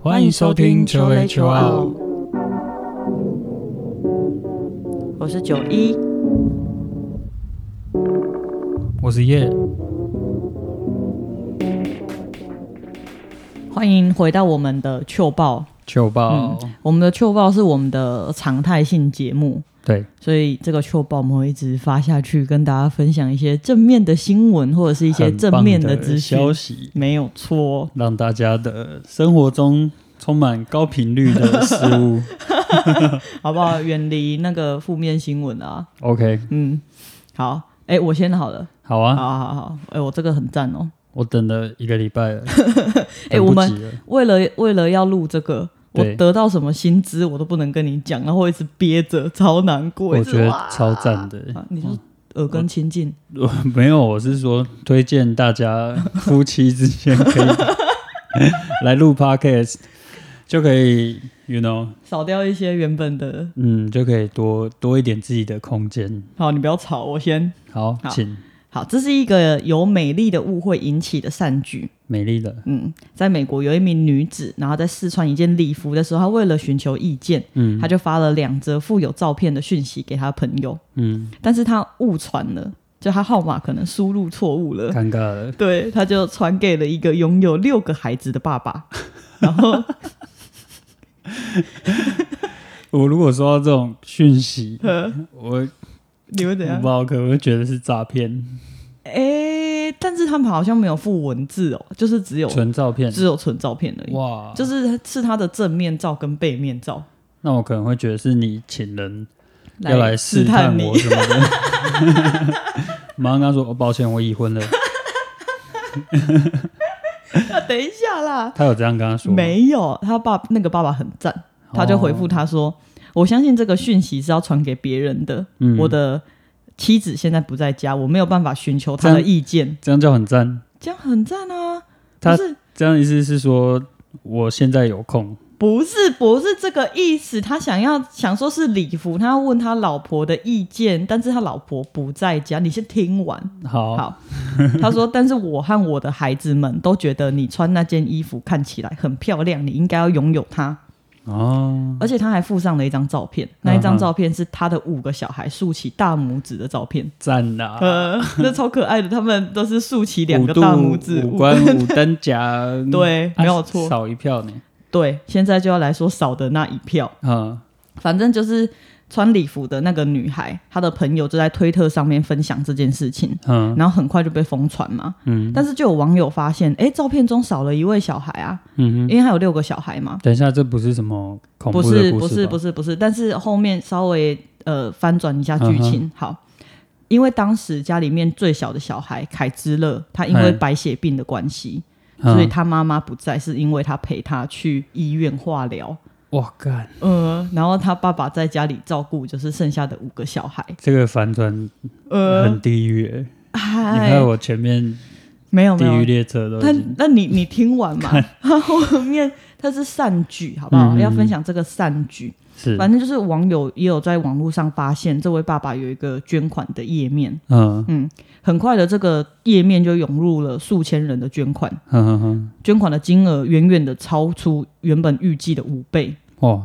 欢迎收听求雷求奥，我是九一，我是叶。欢迎回到我们的秋报。糗爆，我们的秋报是我们的常态性节目，对，所以这个秋报我们会一直发下去，跟大家分享一些正面的新闻或者是一一些正面的资讯。消息，没有错，让大家的生活中充满高频率的事物。 好不好？远离那个负面新闻啊。 OK，嗯，好，哎、我先好了，好啊，好好好，哎、我这个很赞哦。我等了一个礼拜 了，哎等不我们及了为了为了要录这个，我对得到什么薪资我都不能跟你讲，然后我一直憋着，超难过。我一直觉得哇超赞嗯的。啊，你就是耳根清净，我 没有，我是说推荐大家夫妻之间可以 来录 Podcast，就可以，you know，少掉一些原本的。嗯，就可以多多一点自己的空间。好，你不要吵，我先。好，好请好，这是一个由美丽的误会引起的善举。美丽的，嗯，在美国有一名女子，然后在试穿一件礼服的时候，她为了寻求意见，嗯她就发了两则附有照片的讯息给她朋友，嗯，但是她误传了，就她号码可能输入错误 了，尴尬了。对，他就传给了一个拥有六个孩子的 爸爸，然后我如果收到这种讯息，呃，我我你会不怎样知？道，可能会觉得是诈骗，哎、但是他们好像没有附文字哦，就是只有纯照片。只有纯照片而已，哇，就是是他的正面照跟背面照那我可能会觉得是你请人要来试试探探你我。什么的。马上跟他说：“哦，抱歉，我已婚了。 等一下”啦，他有这样跟他说吗？哦没有，他爸那个爸爸很赞，他就回复他说：“我相信这个讯息是要传给别人的，嗯我的妻子现在不在家，我没有办法寻求她的这样意见，这样就很赞。这样很赞啊。”他不是这样意思是说我现在有空，不是不是这个意思，他想要想说是礼服，他要问他老婆的意见，但是他老婆不在家。你先听完，好，好。他说，但是我和我的孩子们都觉得你穿那件衣服看起来很漂亮，你应该要拥有它。哦，而且他还附上了一张照片，那一嗯张哼照片是他的五个小孩竖起大拇指的照片，赞啊啦！呃， 那超可爱的，他们都是竖起两嗯个五度大拇指，五官、五等甲， 对，啊没有错，少一票呢。对，现在就要来说少的那一票。嗯，反正就是穿礼服的那个女孩，她的朋友就在推特上面分享这件事情，嗯然后很快就被疯传嘛。嗯但是就有网友发现，诶，照片中少了一位小孩啊，嗯哼，因为他有六个小孩嘛。等一下，这不是什么恐怖不的故是事吧，不是不是不是，但是后面稍微呃翻转一下剧嗯情，好。因为当时家里面最小的小孩凯之乐，他因为嗯白血病的关系，嗯所以他妈妈不在，是因为他陪他去医院化疗，哇干，呃，然后他爸爸在家里照顾，就是剩下的五个小孩，这个反转呃，很地狱耶、你嗨看，我前面没有地没狱有，列车都已那经那你你听完嘛，他 后面他是善举，好不好？嗯嗯嗯要分享这个善举，是，反正就是网友也有在网络上发现，这位爸爸有一个捐款的页面，嗯很快的这个页面就涌入了数千人的捐款，哼哼哼，捐款的金额远远的超出原本预计的五倍。哇，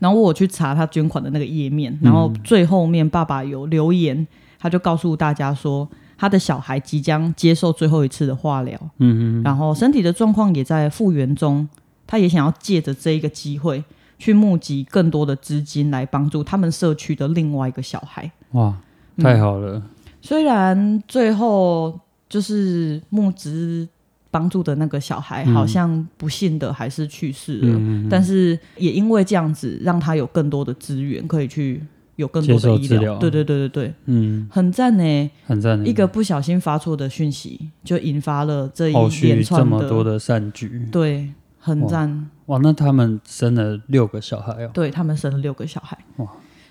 然后我去查他捐款的那个页面，然后嗯最后面爸爸有留言，他就告诉大家说，他的小孩即将接受最后一次的化疗，嗯嗯然后身体的状况也在复原中，他也想要借着这一个机会去募集更多的资金来帮助他们社区的另外一个小孩。哇，嗯太好了，虽然最后就是募资帮助的那个小孩，嗯好像不幸的还是去世了，嗯，嗯嗯但是也因为这样子，让他有更多的资源可以去有更多接的受医治疗。疗对对对对对，嗯，很赞呢、很赞，欸一个不小心发错的讯息，就引发了这一后连续这串的么多的善举，对，很赞。哇，那他们生了六个小孩哦，对他们生了六个小孩，哇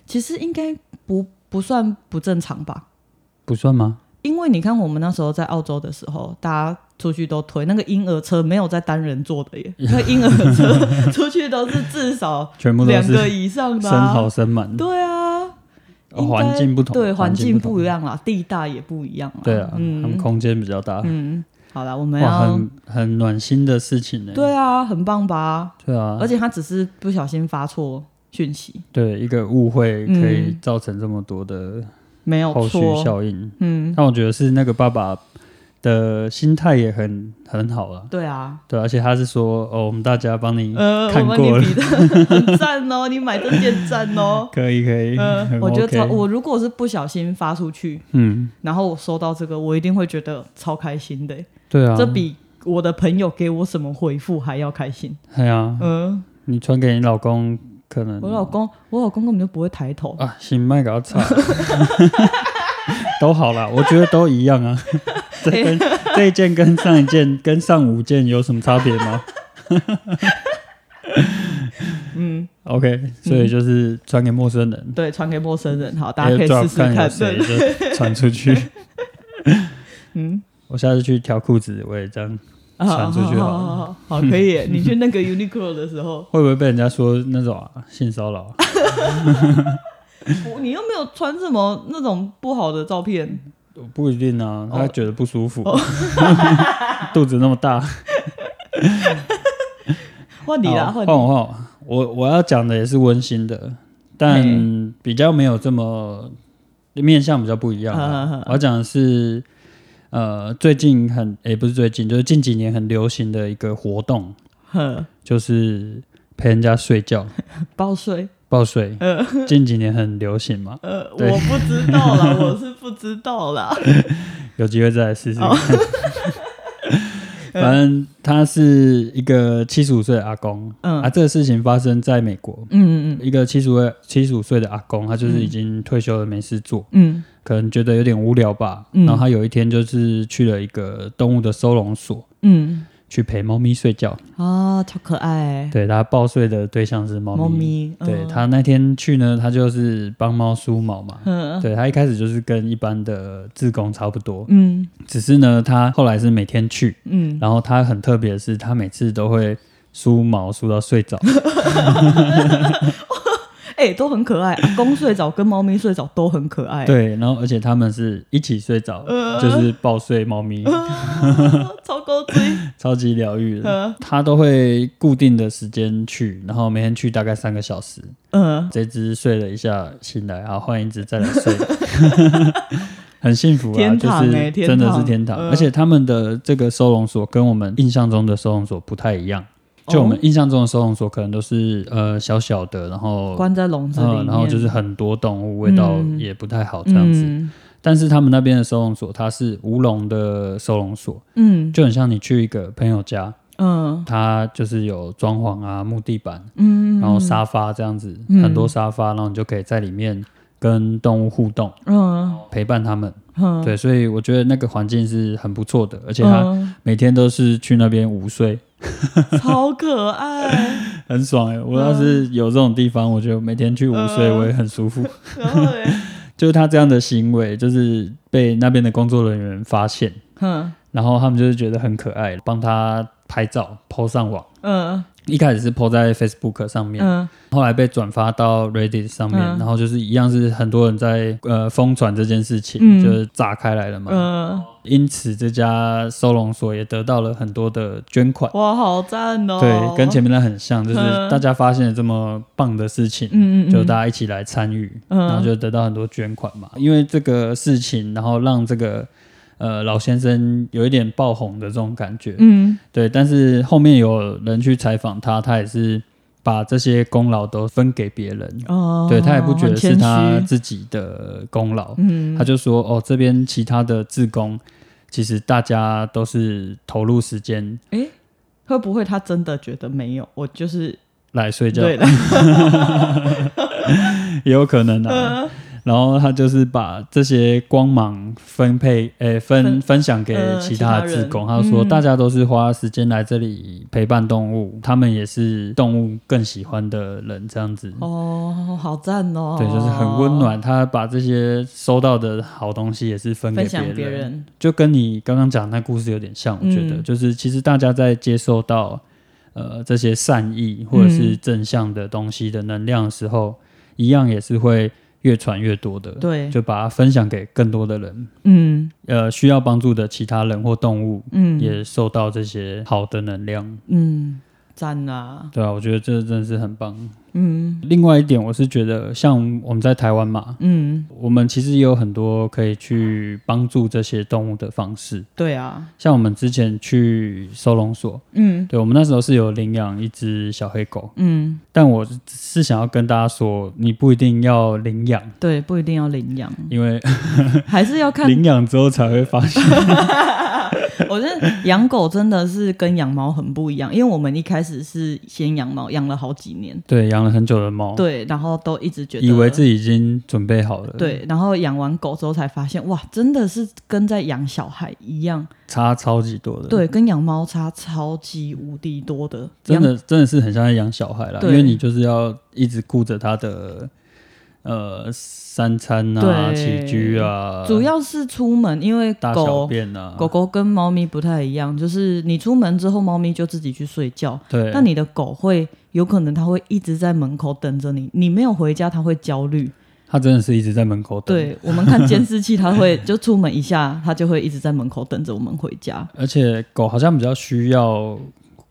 其实应该不不算不正常吧？不算吗？因为你看，我们那时候在澳洲的时候，大家出去都推那个婴儿车，没有在单人坐 的耶，那个婴儿车出去都是至少全部都两是个以上的、生啊。蚝生满，对啊，哦应该环境不同对，环环境境不同不一样啦，地大也不一样啦。对啊，他们嗯空间比较大，嗯，好了，我们哇，要很很暖心的事情呢。对啊，很棒吧？对啊，而且他只是不小心发错讯息，对一个误会可以嗯造成这么多的没有后续错。效应。嗯，但我觉得是那个爸爸的心态也很很好了。对啊，对，而且他是说哦，我们大家帮你，呃，看我过帮了你比的很赞哦，你买这件赞哦。可以可以，嗯、很我觉得 OK 超，我如果是不小心发出去，嗯，然后我收到这个，我一定会觉得超开心的、欸对啊，这比我的朋友给我什么回复还要开心。哎呀，嗯、你传给你老公可能我老公，我老公根本就不会抬头，啊，行，麦给他擦， 都好啦，我觉得都一样 啊。这跟这一件跟上一件跟上五件有什么差别吗？ 嗯， OK，所以就是传给陌生人，对，传给陌生人，好，大家可以 airdrop 试试哎啊看有看，谁对，就传出去。 嗯，我下次去挑裤子，我也这样，传出去好好了好好好好，可以耶。你去那个 Uniqlo 的时候， 会不会被人家说那种、啊、性骚扰啊？我你又没有穿什么那种不好的照片，不一定啊，他哦觉得不舒服， 肚子那么大。换你啦，好换哦换我啊你，换我，我我要讲的也是温馨的，但比较没有这么面向比较不一样好啊好好。我要讲的是，呃，最近很也、不是最近，就是近几年很流行的一个活动，呵，就是陪人家睡觉报税，抱睡。呃近几年很流行嘛，呃，对我不知道啦，我是不知道啦，有机会再来试试看。 反正他是一个七十五岁的阿公、嗯啊，这个事情发生在美国，嗯嗯一个七十岁七十五岁的阿公，他就是已经退休了，没事做，嗯可能觉得有点无聊吧。嗯然后他有一天就是去了一个动物的收容所，嗯去陪猫咪睡觉。嗯，啊，超可爱，对他报睡的对象是猫咪。猫咪，对嗯他那天去呢，他就是帮猫梳毛嘛。嗯对他一开始就是跟一般的志工差不多，嗯只是呢，他后来是每天去，嗯，然后他很特别的是，他每次都会梳毛梳到睡 着。哎，都很可爱，阿公睡着跟猫咪睡着都很可爱，对，然后而且他们是一起睡着，哎呃就是抱睡猫 咪，啊，超高 追，超级疗愈的。嗯他都会固定的时间去，然后每天去大概三个小时。嗯，这只睡了一下，醒来，然后换一只再来 睡，很幸福啊，天就堂是欸天真的是堂天堂。呃而且他们的这个收容所跟我们印象中的收容所不太一样，就我们哦印象中的收容所可能都是呃小小的，然后关在笼子里嗯，面，然后就是很多动物，味道嗯也不太好这样子。嗯但是他们那边的收容所，它是无笼的收容所，嗯就很像你去一个朋友家，嗯它就是有装潢啊、木地板，嗯，然后沙发这样子，嗯很多沙发，然后你就可以在里面跟动物互动，嗯陪伴它们。嗯，对，所以我觉得那个环境是很不错的，而且它嗯，每天都是去那边午睡，超可爱。很爽哎、我要是有这种地方，我觉得每天去午睡嗯我也很舒服。 然后嘞，就是他这样的行为，就是被那边的工作人员发现，嗯然后他们就是觉得很可爱，帮他拍照 PO 上网。嗯一开始是 PO 在 Facebook 上面，嗯后来被转发到 Reddit 上面，嗯然后就是一样是很多人在呃疯传这件事情，嗯就是炸开来了嘛。嗯，因此这家收容所也得到了很多的捐款，哇，好赞哦！对，跟前面的很像，就是嗯大家发现了这么棒的事情，嗯嗯嗯，就大家一起来参与，嗯然后就得到很多捐款嘛。因为这个事情，然后让这个呃老先生有一点爆红的这种感觉，嗯对。但是后面有人去采访他，他也是把这些功劳都分给别人，哦，对他也不觉得是他很谦虚自己的功劳，嗯，他就说哦，这边其他的志工。其实大家都是投入时间哎，会不会他真的觉得没有？我就是来睡觉，对了，也有可能啊。嗯然后他就是把这些光芒分配，诶，分分分享给呃其他的其他职人工。他就说，嗯大家都是花时间来这里陪伴动物，他们也是动物更喜欢的人，这样子。哦，好赞哦！对，就是很温，暖。他把这些收到的好东西也是分给分享别人，人，就跟你刚刚讲的那故事有点像。我觉得，嗯就是其实大家在接受到呃这嗯些善意或者是正向的东西的能量的时候，一样也是会越传越多的，对，就把它分享给更多的人，嗯呃，需要帮助的其他人或动物嗯也受到这些好的能量。嗯，赞啊，对啊，我觉得这真的是很棒。嗯另外一点，我是觉得像我们在台湾嘛，嗯，我们其实也有很多可以去帮助这些动物的方式。对啊，像我们之前去收容所，嗯对我们那时候是有领养一只小黑狗，嗯，但我是想要跟大家说，你不一定要领养，对，不一定要领 养，因为还是要 看。领养之后才会发 现。我觉得养狗真的是跟养猫很不一样，因为我们一开始是先养猫，养了好几年，对，养了很久的猫，对，然后都一直觉得哦以为自己已经准备好了，，对，然后养完狗之后才发现，哇，真的是跟在养小孩一样，差超级多的，，对，跟养猫差超级无敌多的，真养的真的是很像在养小孩啦，因对为你就是要一直顾着它的呃三餐啊、对起居啊，主要是出门，因为大小狗便啊，狗狗跟猫咪不太一样，就是你出门之后，猫咪就自己去睡觉，对，但你的狗会有可能它会一直在门口等着你，你没有回家，它会焦虑。它真的是一直在门口等，，对我们看监视器，它会就出门一下，它就会一直在门口等着我们回家。而且狗好像比较需要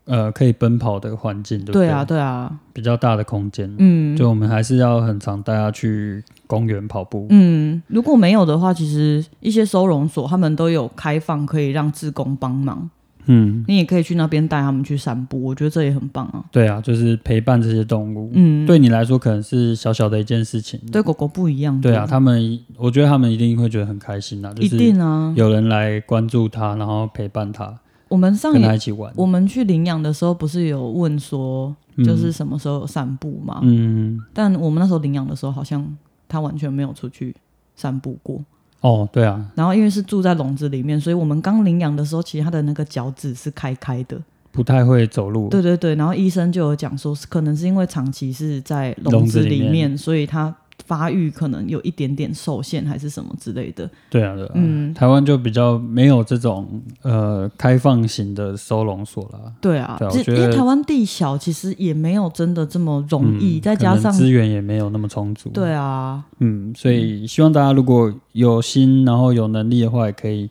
呃可以奔跑的环境，对不对啊，对啊，比较大的空间，嗯就我们还是要很常带它去公园跑步，嗯，如果没有的话，其实一些收容所他们都有开放可以让志工帮忙，嗯，你也可以去那边带他们去散步，我觉得这也很棒啊。对啊，就是陪伴这些动物，嗯，对你来说可能是小小的一件事情，对狗狗不一样的，对啊，他们我觉得他们一定会觉得很开心呐、就一是定啊。有人来关注他，然后陪伴他，我们上跟一他一起玩，我们去领养的时候，不是有问说，嗯就是什么时候有散步嘛？嗯，但我们那时候领养的时候，好像它完全没有出去散步过。哦，对啊，然后因为是住在笼子里面，所以我们刚领养的时候，其实它的那个脚趾是开开的。不太会走路，对对对，然后医生就有讲说，是可能是因为长期是在笼笼子子里里面，面所以它发育可能有一点点受限，还是什么之类的。对啊，对啊，嗯台湾就比较没有这种呃开放型的收容所啦，对啊对啊，其我实觉因得为台湾地小，其实也没有真的这么容易，嗯再加可能上资源也没有那么充足，，对啊，嗯，所以希望大家如果有心，然后有能力的话，也可以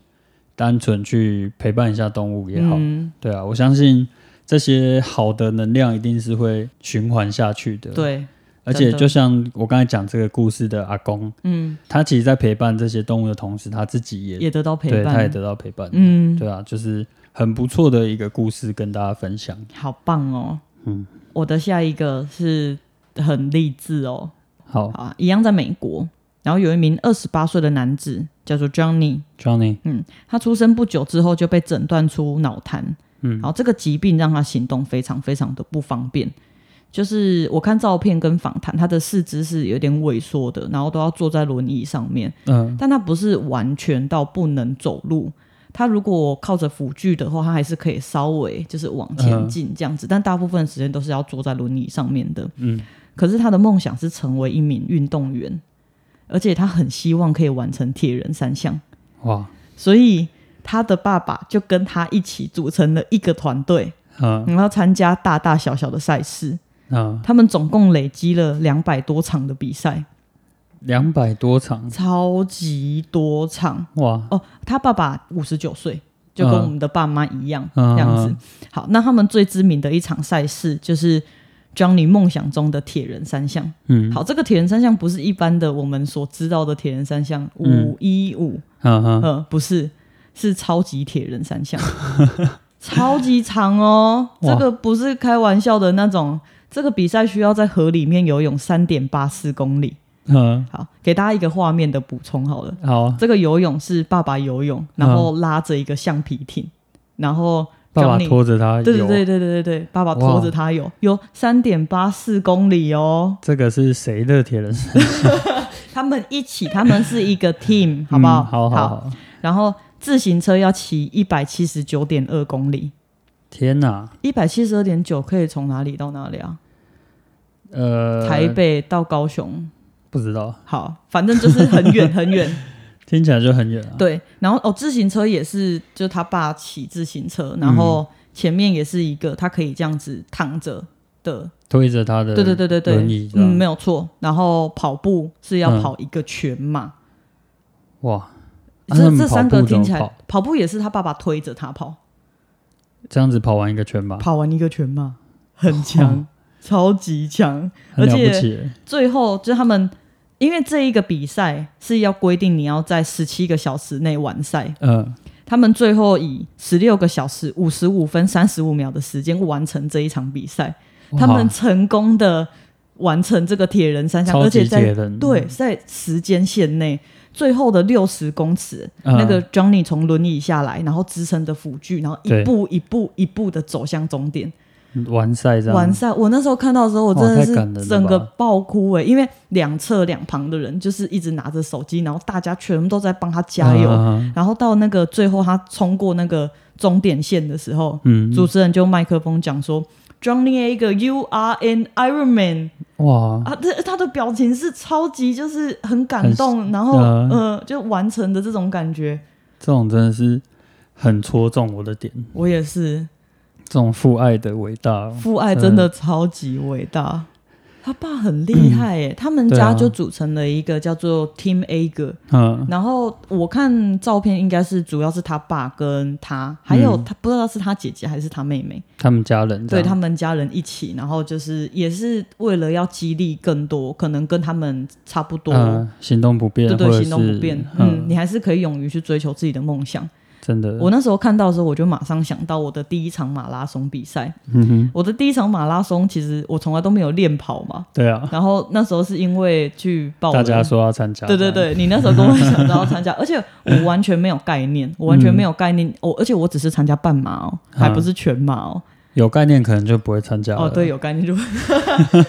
单纯去陪伴一下动物也好，嗯，对啊，我相信这些好的能量一定是会循环下去的。，对，而且真的就像我刚才讲这个故事的阿公，嗯，他其实在陪伴这些动物的同时，他自己也也得到陪对，伴，他也得到陪伴。嗯，对啊，就是很不错的一个故事跟大家分享。好棒哦，嗯，我的下一个是很励志哦，好好啊，一样在美国，然后有一名二十八岁的男子叫做 Johnny， ，Johnny，他出生不久之后就被诊断出脑瘫，嗯，然后这个疾病让他行动非常非常的不方便。就是我看照片跟访谈，他的四肢是有点萎缩的，然后都要坐在轮椅上面。嗯、但他不是完全到不能走路，他如果靠着辅具的话，他还是可以稍微就是往前进这样子，但大部分时间都是要坐在轮椅上面的。嗯，可是他的梦想是成为一名运动员，而且他很希望可以完成铁人三项，哇，所以他的爸爸就跟他一起组成了一个团队，嗯然后参加大大小小的赛事。嗯，他们总共累积了两百多场的比赛，两百多场，超级多场。哇，哦，他爸爸五十九岁，就跟嗯我们的爸妈一样、嗯这样子。好，那他们最知名的一场赛事就是 Johnny 梦想中的铁人三项。嗯，好，这个铁人三项不是一般的我们所知道的铁人三项嗯五一五，嗯嗯，呃，不是，是超级铁人 三项，超级长哦，哇这个不是开玩笑的那种。这个比赛需要在河里面游泳三点八四公里。嗯，好，给大家一个画面的补充好了。好，这个游泳是爸爸游泳，然后拉着一个橡皮艇，然后嗯爸爸 Johnny- 拖着他游，对对对对对对对，爸爸拖着他游，有三点八四公里哦。这个是谁的铁人？他们一起，他们是一 个 team，好不好？嗯好好好，然后自行车要骑一百七十九点二公里，天哪，一百七十二点九可以从哪里到哪里啊？呃，台北到高雄，不知道，好，反正就是很远很远。听起来就很远啊。对，然后哦，自行车也是，就嗯他爸骑自行车，然后前面也是一个，他可以这样子躺着的，推着他的对对对对轮对椅，这样，嗯，没有错。然后跑步是要嗯跑一个全马，哇，啊他这们这三跑个步怎听么起来，跑跑步也是他爸爸推着他跑，这样子跑完一个圈吧，跑完一个全马，很强，哦超级强。很而了且不起，最后就是他们，因为这一个比赛是要规定你要在十七个小时内完赛，嗯，他们最后以十六个小时五十五分三十五秒的时间完成这一场比赛，哇他们成功的完成这个铁人三项，超而且级铁在人，对在时间线内。最后的六十公尺，嗯那个 Johnny 从轮椅下来，然后支撑着辅具，然后一对步一步一步的走向终点。完赛这样，完赛，我那时候看到的时候，我真的哇太感人了吧是整个爆哭哎、因为两侧两旁的人就是一直拿着手机，然后大家全部都在帮他加油。嗯然后到那个最后，他冲过那个终点线的时候，嗯，主持人就麦克风讲说：“Johnny Ager，You are an Iron Man。哇”，啊，他他的表情是超级就是很感动，然后嗯呃就完成的这种感觉。这种真的是很戳中我的点，我也是，这种父爱的伟大，父爱真呃的超级伟大。他爸很厉害耶，他们对啊家就组成了一个叫做 Team A 哥，嗯，然后我看照片应该是主要是他爸跟他，还有嗯他不知道是他姐姐还是他妹妹，他们家人这对样，他们家人一起，然后就是也是为了要激励更多可能跟他们差不多，嗯，行动不便，对或对，者行动是不便，嗯，嗯，你还是可以勇于去追求自己的梦想。真的，我那时候看到的时候，我就马上想到我的第一场马拉松比赛，嗯哼，我的第一场马拉松其实我从来都没有练跑嘛，对啊，然后那时候是因为去报大了家说要参加，对对这样，对，你那时候跟我讲到 要参加，而且我完全没有概念，我完全没有概嗯念，我、而且我只是参加半马哦，还不是全马哦。有概念可能就不会参加了，哦，对，，有概念就，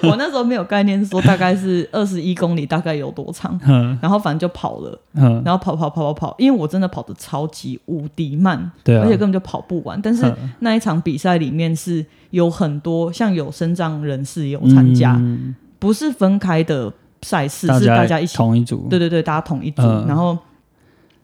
我那时候没有概念，说大概是二十一公里大概有多长，嗯然后反正就跑了，嗯，然后跑跑跑跑跑，因为我真的跑得超级无敌慢，对啊，而且根本就跑不完。但是嗯那一场比赛里面是有很多像有身障人士有参加，嗯不是分开的赛事，大是家大家一起，同一组，对对对，大家同一组，嗯然后。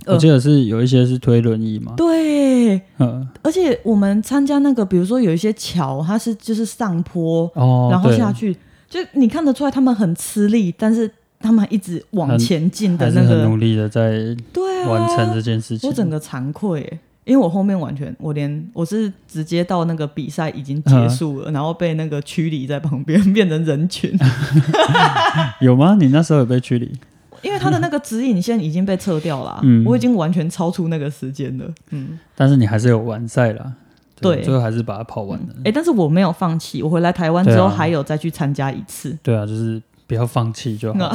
我记得是有一些是推轮椅嘛，对，嗯，而且我们参加那个，比如说有一些桥，它是就是上坡，哦，然后对下去，就你看得出来他们很吃力，但是他们一直往很前进的还是那很个努，力的在对啊，完成这件事情，我整个惭愧耶，因为我后面完全我连我是直接到那个比赛已经嗯结束了，然后被那个驱离在旁边， 变成 人群，有吗？你那时候有被驱离？因为他的那个指引线已经被撤掉了啊、嗯我已经完全超出那个时间了，嗯。但是你还是有完赛啦，对最后还是把它跑完了。哎、但是我没有放弃，我回来台湾之对后啊还有再去参加一 次。对啊，就是不要放弃就好。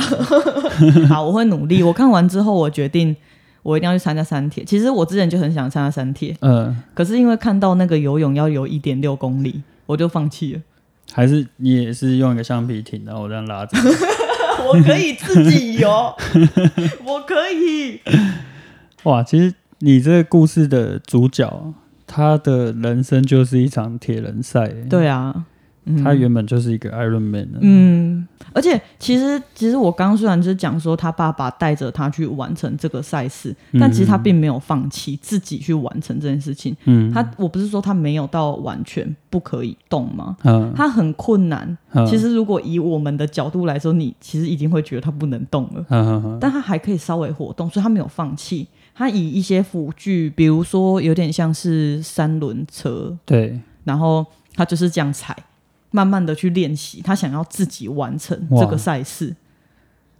好，我会努力。我看完之后，我决定我一定要去参加三铁。其实我之前就很想参加三铁，嗯，可是因为看到那个游泳要游一点六公里，我就放弃了。还是你也是用一个橡皮艇，然后我这样拉着。 我可以自己 游，我可以。哇，其实你这个故事的主角，他的人生就是一场铁人赛。对啊，嗯他原本就是一个 Iron Man 啊。嗯，而且其实其实我刚刚虽然就是讲说他爸爸带着他去完成这个赛事，嗯但其实他并没有放弃自己去完成这件事情。嗯他我不是说他没有到完全不可以动吗？嗯他很困难，嗯，其实如果以我们的角度来说，你其实已经会觉得他不能动了，嗯嗯嗯但他还可以稍微活动，所以他没有放弃。他以一些辅具，比如说有点像是三轮车，对，然后他就是这样踩，慢慢的去练习，他想要自己完成哇这个赛事。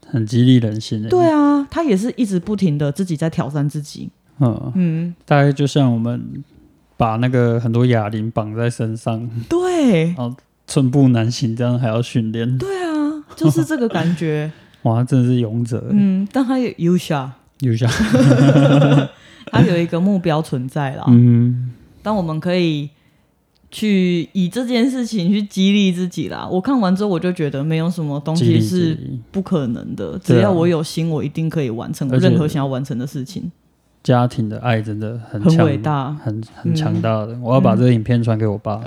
很激励人心的。对啊，他也是一直不停的自己在挑战自己。嗯，嗯，大概就像我们把那个很多哑铃绑在身上，对，寸步难行，这样还要训练。对啊，就是这个 感觉。哇，他真的是勇者。嗯，但他也有下，有下，他有一个目标存在啦。嗯，但我们可以去以这件事情去激励自己啦。我看完之后，我就觉得没有什么东激西励自是己不可能的，对啊只要我有心，我一定可以完成而且任何想要完成的事情，家庭的爱真的很很强伟，大。嗯很很强大的。我要把这个影片传给我爸，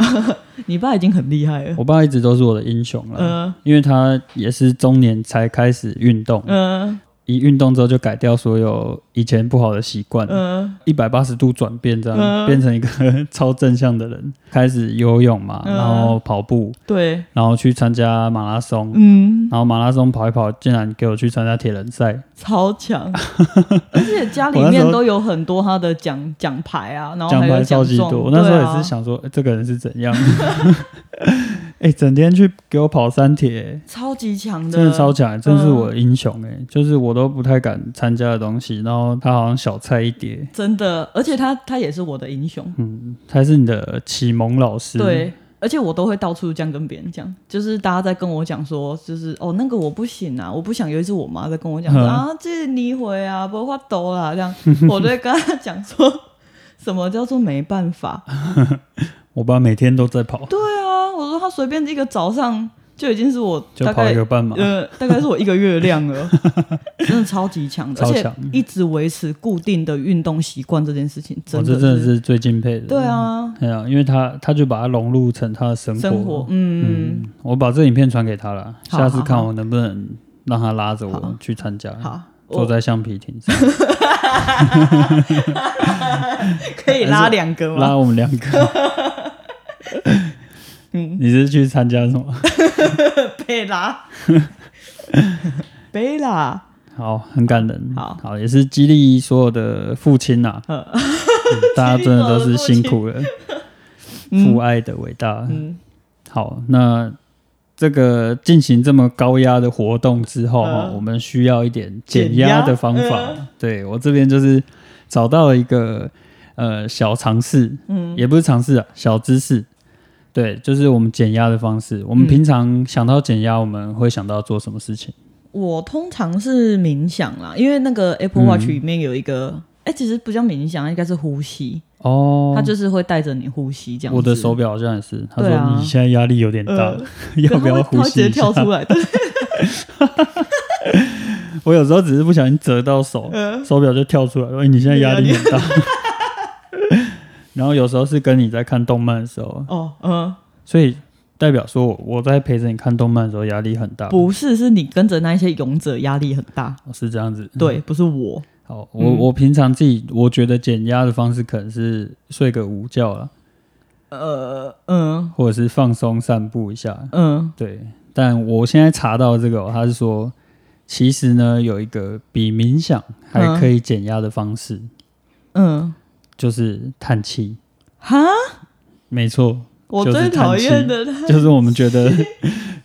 你爸已经很 厉害了，我爸一直都是我的英雄了，呃因为他也是中年才开始运动，呃，一运动之后就改掉所有以前不好的习惯，嗯一百八十度转变，这样、嗯变成一个 超正向的人，开始游泳嘛，嗯然后跑步，对，然后去参加马拉松，嗯，然后马拉松跑一跑，竟然给我去参加铁人赛，超 强，而且家里我那时面候都有很多他的奖奖牌啊，然后奖还有牌超级状多。我那时对候啊也是想说，诶这个人是怎 样？哎、整天去给我跑三铁，超级强的，嗯真的超强，真是我的英雄哎、就是我都不太敢参加的东西，然后他好像小菜一碟。真的，而且他他也是我的英雄，嗯，他是你的启蒙老师，，对。而且我都会到处这样跟别人讲，就是大家在跟我讲说，就是哦那个我不行啊，我不想。有一次我妈在跟我讲说、嗯啊，这你回啊，不法抖啦这 样，我就会跟她讲说，什么叫做没办法？啊我爸每天都在跑，对啊，我说他随便一个早上就已经是我就大跑概一个半马，呃，大概是我一个月的量 了，真的超级强的，而超且强一直维持固定的运动习惯这件事情，我真哦这的真的是最敬佩的。对，啊，对啊，因为他他就把它融入成他的生活。生活，嗯，嗯，我把这影片传给他了，好下次看好我能不能让他拉着好我去参加，好，嗯坐我在橡皮艇上，可以拉两个吗？拉我们两个。 嗯，你是去参加什么？贝 拉，贝拉，好，很感人。好好，也是激励所有的父亲呐、呃嗯大家真的都是辛苦 了，父嗯爱的伟大。嗯，好，那这个进行这么高压的活动之后，哈、嗯我们需要一点减减压压的方法。嗯对我这边就是找到了一个呃小尝试，嗯，也不是尝试啊，小知识。对，就是我们减压的方式。我们嗯平常想到减压，我们会想到做什么事情？我通常是冥想啦，因为那个 Apple Watch 嗯里面有一个，哎，其实不叫冥想，应该是呼吸，哦，它就是会带着你呼吸这样子。我的手表好像也是，他说对啊你现在压力有点大，呃 要不要对它会它呼会直吸接一下跳？出来，对，我有时候只是不小心折到手，呃手表就跳出来，说、哎，你现在压力很大。 然后有时候是跟你在看动漫的时候，哦，嗯。所以代表说我我在陪着你看动漫的时候压力很大，哦不是，是你跟着那一些勇者压力很大。是这样子。对，不是我。好，我、嗯我平常自己我觉得减压的方式可能是睡个午觉啦，呃，嗯或者是放松散步一下。嗯，对，但我现在查到这个、哦，他是说，其实呢有一个比冥想还可以减压的方式，嗯，就是叹气。哈，没 错，我就是最讨叹气厌的他。就是我们觉得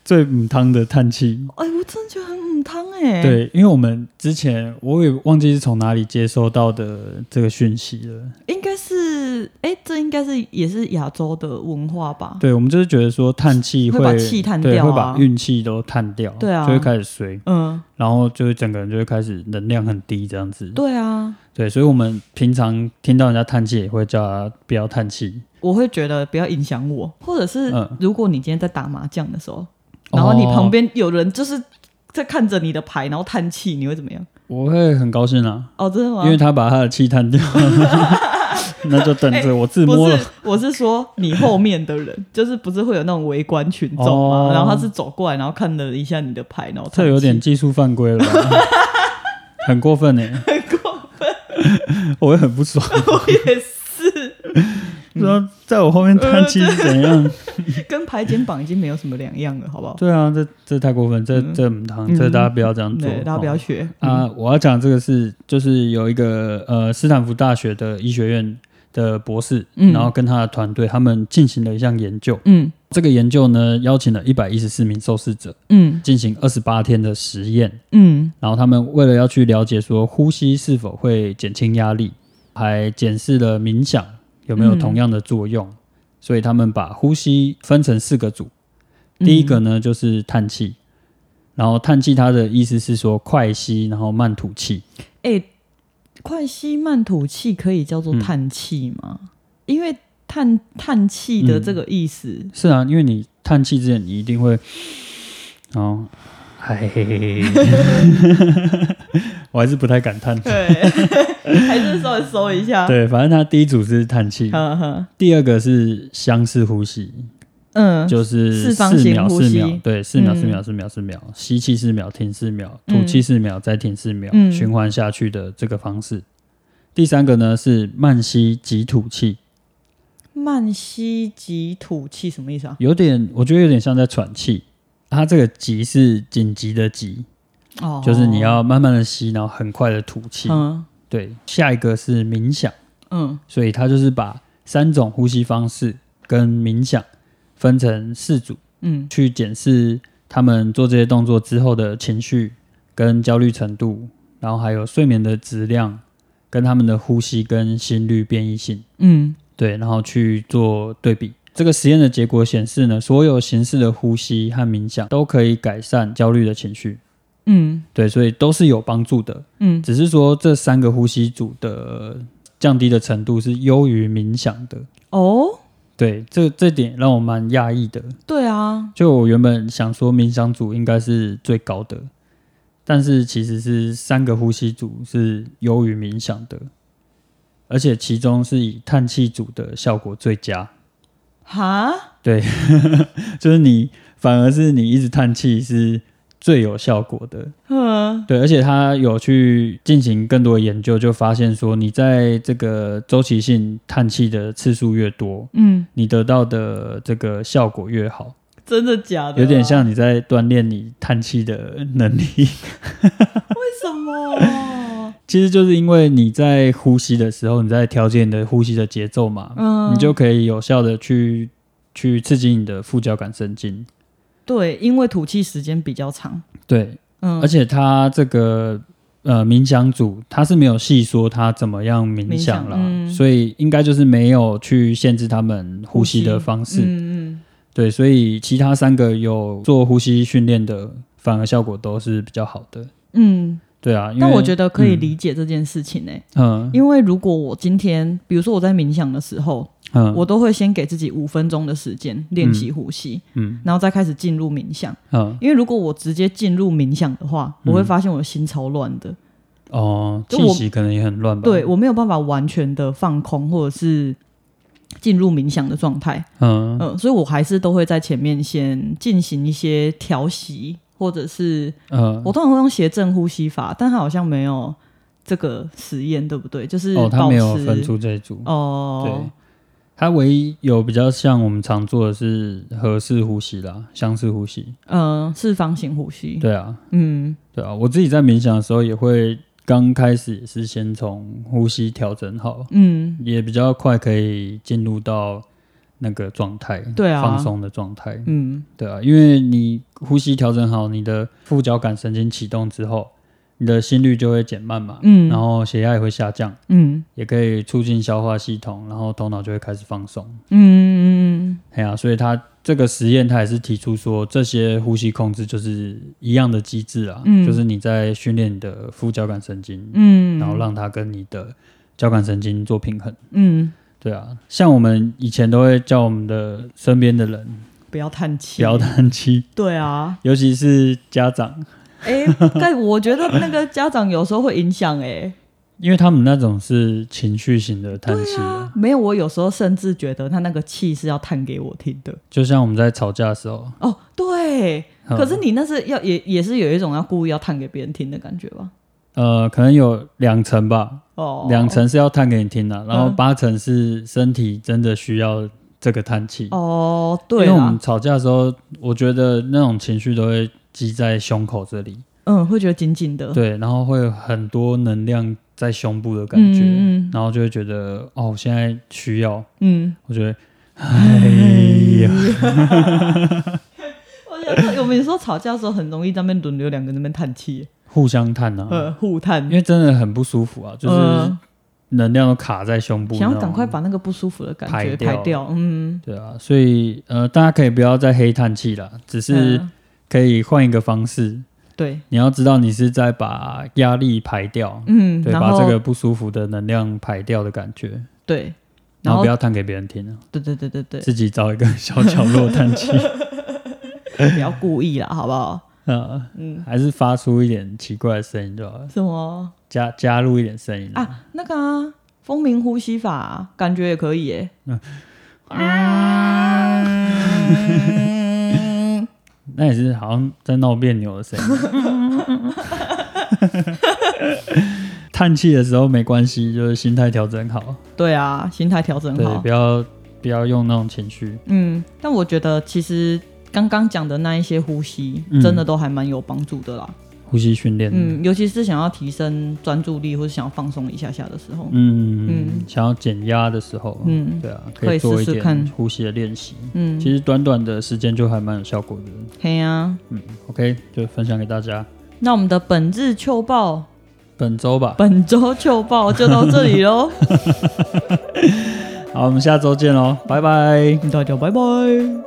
最母汤的叹气。 哎，我真的觉得很母汤哎。，对，因为我们之前我也忘记是从哪里接收到的这个讯息了。应该是，哎，这应该是也是亚洲的文化吧？对，我们就是觉得说叹气会把气叹对，掉会啊把运气都叹掉，对啊就会开始衰，嗯，然后就是整个人就会开始能量很低这样子。对啊，对，所以我们平常听到人家叹气，也会叫他不要叹气。我会觉得不要影响我，或者是嗯哦如果你今天在打麻将的时候，然后你旁边有人就是在看着你的牌，然后叹气，你会怎么样？我会很高兴啊，哦，真的吗？因为他把他的气叹掉， 那就等着我自摸哎不了。是，我是说你后面的人， 就是不是会有那种围观群众吗？哦然后他是走过来，然后看了一下你的牌，然后叹这有气点技术犯规了吧，很过分呢、很过分， 我会很不 爽。我 也是，不知道在我后面叹呃气是怎样？跟排肩膀已经没有什么两样了，好不好？对啊，这这太过分，这嗯这母汤，这大家不要这样做对，，大家不要哦学。啊！我要讲这个是，就是有一个呃斯坦福大学的医学院的博士，嗯然后跟他的团队，他们进行了一项研究。嗯这个研究呢，邀请了一百一十四名受试者嗯进行二十八天的实验，嗯然后他们为了要去了解说呼吸是否会减轻压力，还检视了冥想有没有同样的作用，所以他们把呼吸分成四个组。第一个呢就是叹气，然后叹气它的意思是说快吸，然后慢吐气。哎、快吸慢吐气可以叫嗯做叹气吗？因为叹叹气的这个意 思，是啊，因为你叹气之前你一定会，哦然后，嘿嘿 嘿嘿，我还是不太敢叹。对，还是稍微收啊一下。对，反正它第一组是叹气，呵呵，第二个是相似呼吸，嗯，就是四方四形秒呼四秒吸，对，四秒嗯四秒四秒四秒，吸气四秒，停四秒，嗯吐气四秒，再停四秒，嗯循环下去的这个方式。第三个呢是慢吸急吐气，慢吸及吐气什么意思啊？有点我觉得有点像在喘气，它这个急是紧急的急，哦，就是你要慢慢的吸，然后很快的吐气。嗯对，下一个是冥想，嗯所以它就是把三种呼吸方式跟冥想分成四组。嗯去检视他们做这些动作之后的情绪跟焦虑程度，然后还有睡眠的质量，跟他们的呼吸跟心率变异性，嗯对，然后去做对比。这个实验的结果显示呢，所有形式的呼吸和冥想都可以改善焦虑的情绪，嗯对，所以都是有帮助的。嗯只是说这三个呼吸组的降低的程度是优于冥想的，哦，对，这这点让我蛮讶异的。对啊，就我原本想说冥想组应该是最高的，但是其实是三个呼吸组是优于冥想的，而且其中是以叹气组的效果最佳，哈，就是你反而是你一直叹气是最有效果的。嗯对，而且他有去进行更多的研究，就发现说你在这个周期性叹气的次数越多，嗯，你得到的这个效果越好。真的假的啊？有点像你在锻炼你叹气的能力， 为什么？其实就是因为你在呼吸的时候，你在调节你的呼吸的节奏嘛，嗯你就可以有效的去去刺激你的副交感神经。对，因为吐气时间比较长，对，嗯，而且它这个呃冥想组，它是没有细说它怎么样冥想啦，冥想嗯所以应该就是没有去限制他们呼吸的方式。嗯嗯，对，所以其他三个有做呼吸训练的，反而效果都是比较好的。嗯，对啊，因但为我觉得可以嗯理解这件事情呢、欸嗯因为如果我今天，比如说我在冥想的时候，嗯，我都会先给自己五分钟的时间练习呼吸，嗯然后再开始进入冥想。嗯因为如果我直接进入冥想的话，我会发现我的心超乱的，哦，就气我息可能也很乱吧？对，我没有办法完全的放空或者是进入冥想的状态。嗯嗯、所以我还是都会在前面先进行一些调息，或者是嗯，我通常会用斜正呼吸法，但它好像没有这个实验，对不对？就是哦，他保没持有分出这一组，哦对，，他唯一有比较像我们常做的是合式呼吸啦，相似呼吸，嗯、是方形呼吸，对啊，嗯对啊，我自己在冥想的时候也会刚开始也是先从呼吸调整好，嗯，也比较快可以进入到那个状态，对啊放松的状态，嗯，对啊，因为你呼吸调整好，你的副交感神经启动之后，你的心率就会减慢嘛，嗯然后血压也会下降，嗯也可以促进消化系统，然后头脑就会开始放松。嗯嗯哎呀、所以他这个实验，他也是提出说，这些呼吸控制就是一样的机制啊，嗯就是你在训练你的副交感神经，嗯，然后让它跟你的交感神经做平衡。嗯对啊，像我们以前都会叫我们的身边的人不要叹气，不要叹气，对啊， 尤其是家长，哎、 但我觉得那个家长有时候会影响哎、因为他们那种是情绪型的叹气、啊，没有，我有时候甚至觉得他那个气是要叹给我听的就像我们在吵架的时候，哦，对，嗯可是你那是要也也是有一种要故意要叹给别人听的感觉吧？呃，可能有两层吧，哦，两层是要叹给你听的，然后嗯八层是身体真的需要这个叹气。哦，因对为我们啊，吵架的时候，我觉得那种情绪都会积在胸口这里，嗯，会觉得紧紧的，对，然后会有很多能量在胸部的感觉，嗯嗯然后就会觉得哦，我现在需要，嗯，我觉得，哎呀，我觉得我们有时候吵架的时候很容易在那边轮流两个人在那边叹气，互相叹啊，呃，互叹因，为真的很不舒服啊，就是嗯能量都卡在胸部那想种，要赶快把那个不舒服的感排觉掉排掉，嗯，对啊，所以呃，大家可以不要再黑叹气啦，只是嗯可以换一个方式。对，你要知道，你是在把压力排掉，嗯，对，然把后这个不舒服的能量排掉的感觉，对，然然后后不要叹给别人听啊，对对对对对，自己找一个小角落叹 气，不要故意啦，好不好？啊，嗯，还是发出一点奇怪的声音就好了，什么加加入一点声音啊，啊？那个啊，风鸣呼吸法、感觉也可以耶、嗯嗯 那也是好像在闹别扭的声音。啊 叹气的时候没关系，就是心态调整好，对啊，心态调整对，好不。要不要用那种情绪。嗯，但我觉得其实刚刚讲的那一些呼吸，嗯真的都还蛮有帮助的啦。呼吸训练，嗯嗯，尤其是想要提升专注力或者想要放松一下下的时候，嗯，想要减压的时候，嗯对啊，可可以以做一试试看点呼吸的练习。嗯，其实短短的时间就还蛮有效果的。嘿啊。嗯，OK，就分享给大家。那我们的本日秋报，本周吧，本周秋报就到这里 喽，好，我们下周见喽，拜拜。大家拜拜。